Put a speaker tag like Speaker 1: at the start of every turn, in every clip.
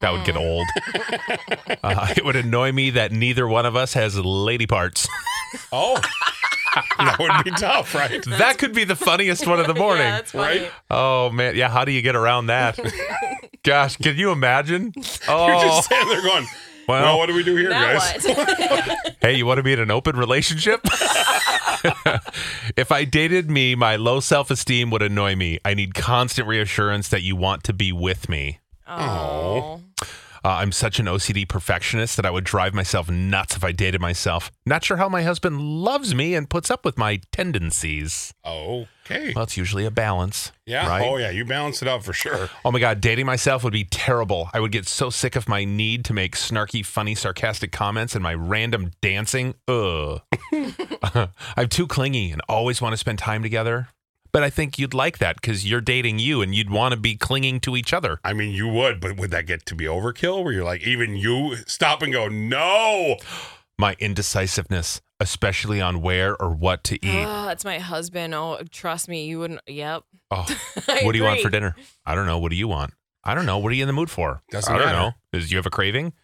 Speaker 1: That would get old. uh, it would annoy me that neither one of us has lady parts.
Speaker 2: Oh, that would be tough, right?
Speaker 1: that could be the funniest one of the morning.
Speaker 2: Right?
Speaker 1: oh, man. Yeah. How do you get around that? Gosh, can you imagine? Oh,
Speaker 2: You're just standing there going, well,
Speaker 1: Well-
Speaker 2: what do we do here,
Speaker 3: Now
Speaker 2: guys?
Speaker 3: what?
Speaker 1: hey, you want to be in an open relationship? if I dated me, my low self esteem would annoy me. I need constant reassurance that you want to be with me.
Speaker 3: Oh.
Speaker 1: Uh, I'm such an OCD perfectionist that I would drive myself nuts if I dated myself. Not sure how my husband loves me and puts up with my tendencies.
Speaker 2: Okay.
Speaker 1: Well, it's usually a balance.
Speaker 2: Yeah.
Speaker 1: Right?
Speaker 2: Oh, yeah. You balance it out for sure.
Speaker 1: Oh my God, dating myself would be terrible. I would get so sick of my need to make snarky, funny, sarcastic comments and my random dancing. Ugh. I'm too clingy and always want to spend time together. But I think you'd like that because you're dating you and you'd want to be clinging to each other.
Speaker 2: I mean, you would, but would that get to be overkill where you're like, even you stop and go, no?
Speaker 1: My indecisiveness, especially on where or what to eat.
Speaker 3: Oh, that's my husband. Oh, trust me, you wouldn't. Yep.
Speaker 1: Oh,
Speaker 3: I
Speaker 1: what do you want for
Speaker 3: agree.
Speaker 1: dinner? I don't know. What do you want? I don't know. What are you in the mood for?
Speaker 2: Doesn't
Speaker 1: I don't
Speaker 2: matter.
Speaker 1: know. Is you have a craving?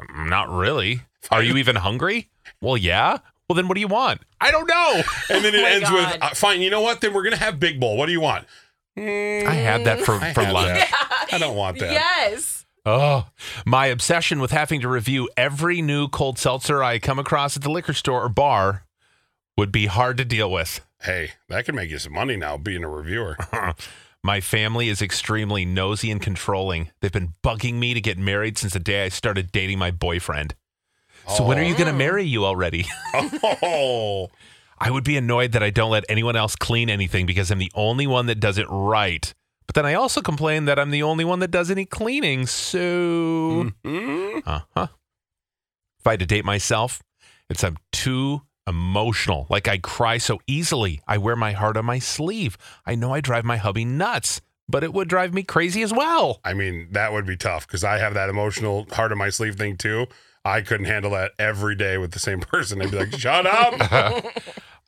Speaker 1: Mm, Not really. Are you even hungry? Well, yeah. Well, then what do you want? I don't know.
Speaker 2: And then it
Speaker 3: Oh my
Speaker 2: ends
Speaker 3: God.
Speaker 2: with, uh, fine, you know what? Then we're going to have Big Bowl. What do you want?
Speaker 1: I had that for,
Speaker 2: I
Speaker 1: for
Speaker 2: had
Speaker 1: lunch.
Speaker 2: that. I don't want that.
Speaker 3: Yes.
Speaker 1: Oh, my obsession with having to review every new cold seltzer I come across at the liquor store or bar would be hard to deal with.
Speaker 2: Hey, that could make you some money now being a reviewer.
Speaker 1: My family is extremely nosy and controlling. They've been bugging me to get married since the day I started dating my boyfriend. So when are you going to marry you already?
Speaker 2: Oh,
Speaker 1: I would be annoyed that I don't let anyone else clean anything because I'm the only one that does it right. But then I also complain that I'm the only one that does any cleaning.
Speaker 2: Hmm.
Speaker 1: So, uh huh. If I had to date myself, it's I'm too emotional. Like I cry so easily. I wear my heart on my sleeve. I know I drive my hubby nuts, but it would drive me crazy as well.
Speaker 2: I mean, that would be tough because I have that emotional heart on my sleeve thing too. I couldn't handle that every day with the same person. I'd be like, shut up.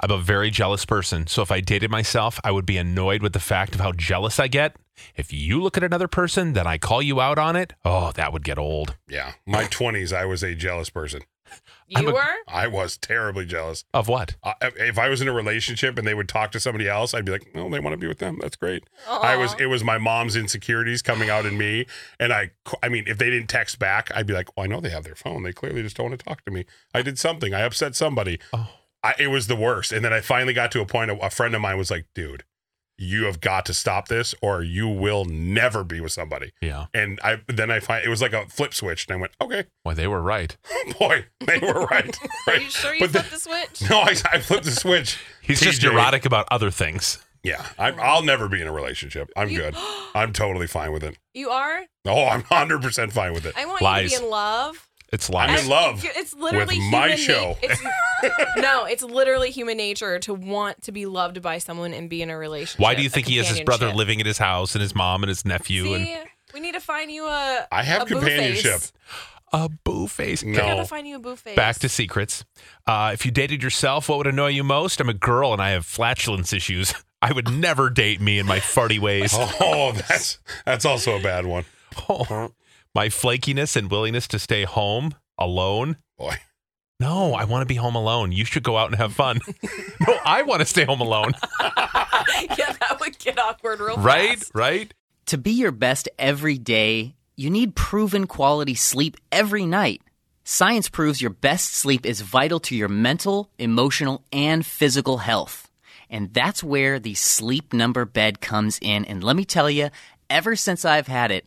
Speaker 1: I'm a very jealous person, so if I dated myself, I would be annoyed with the fact of how jealous I get. If you look at another person, then I call you out on it. Oh, that would get old.
Speaker 2: yeah. My 20s, I was a jealous person.
Speaker 1: I'm
Speaker 3: You
Speaker 1: a-
Speaker 3: were?
Speaker 2: I was terribly jealous.
Speaker 1: Of what?
Speaker 2: I, if I was in a relationship and they would talk to somebody else, I'd be like, "No, they want to be with them. That's great." I was. It was my mom's insecurities coming out in me, and I. I mean, if they didn't text back, I'd be like, "Well, I know they have their phone. They clearly just don't want to talk to me. I did something. I upset somebody.
Speaker 1: Oh.
Speaker 2: I, it was the worst." And then I finally got to a point. A, a friend of mine was like, "Dude, you have got to stop this, or you will never be with somebody."
Speaker 1: Yeah.
Speaker 2: And I then I find it was like a flip switch, and I went, "Okay,
Speaker 1: Well, they were right.
Speaker 2: boy, they were right."
Speaker 3: Are
Speaker 2: right?
Speaker 3: you sure you
Speaker 2: But the-
Speaker 3: flipped the switch?
Speaker 2: no, I, I flipped the switch.
Speaker 1: He's just
Speaker 2: TJ.
Speaker 1: neurotic about other things.
Speaker 2: Yeah, I'm, I'll never be in a relationship. I'm
Speaker 3: You-
Speaker 2: good. I'm totally fine with it.
Speaker 3: You are?
Speaker 2: Oh, I'm 100% fine with it.
Speaker 3: I want you
Speaker 1: Lies.
Speaker 3: to be in love.
Speaker 1: It's
Speaker 2: I'm
Speaker 1: lies.
Speaker 2: in love
Speaker 3: It's literally
Speaker 2: with my
Speaker 3: human
Speaker 2: show.
Speaker 3: na- it's- no, it's literally human nature to want to be loved by someone and be in a relationship.
Speaker 1: Why do you
Speaker 3: a
Speaker 1: think he has his brother
Speaker 3: companionship.
Speaker 1: living at his house and his mom and his nephew and
Speaker 3: See, we need to find you a.
Speaker 2: I have
Speaker 3: a boo
Speaker 2: companionship.
Speaker 3: face.
Speaker 1: a boo face?
Speaker 2: No.
Speaker 3: We gotta find you a boo face.
Speaker 1: Back to secrets. Uh, if you dated yourself, what would annoy you most? I'm a girl and I have flatulence issues. I would never date me in my farty ways.
Speaker 2: Oh, that's that's also a bad one.
Speaker 1: Oh, my flakiness and willingness to stay home alone.
Speaker 2: Boy.
Speaker 1: No, I want to be home alone. You should go out and have fun. no, I want to stay home alone.
Speaker 3: yeah, that would get awkward real
Speaker 1: Right?
Speaker 3: fast.
Speaker 1: Right?
Speaker 4: To be your best every day, you need proven quality sleep every night. Science proves your best sleep is vital to your mental, emotional, and physical health. And that's where the sleep number bed comes in. And let me tell you, ever since I've had it,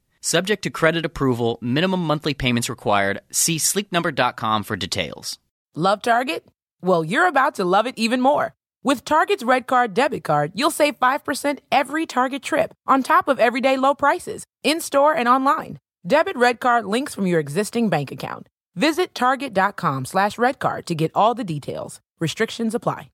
Speaker 4: Subject to credit approval, minimum monthly payments required. See sleepnumber.com for details.
Speaker 5: Love Target? Well, you're about to love it even more. With Target's Red Card debit card, you'll save 5% every Target trip on top of everyday low prices in store and online. Debit Red Card links from your existing bank account. Visit target.com slash redcard to get all the details. Restrictions apply.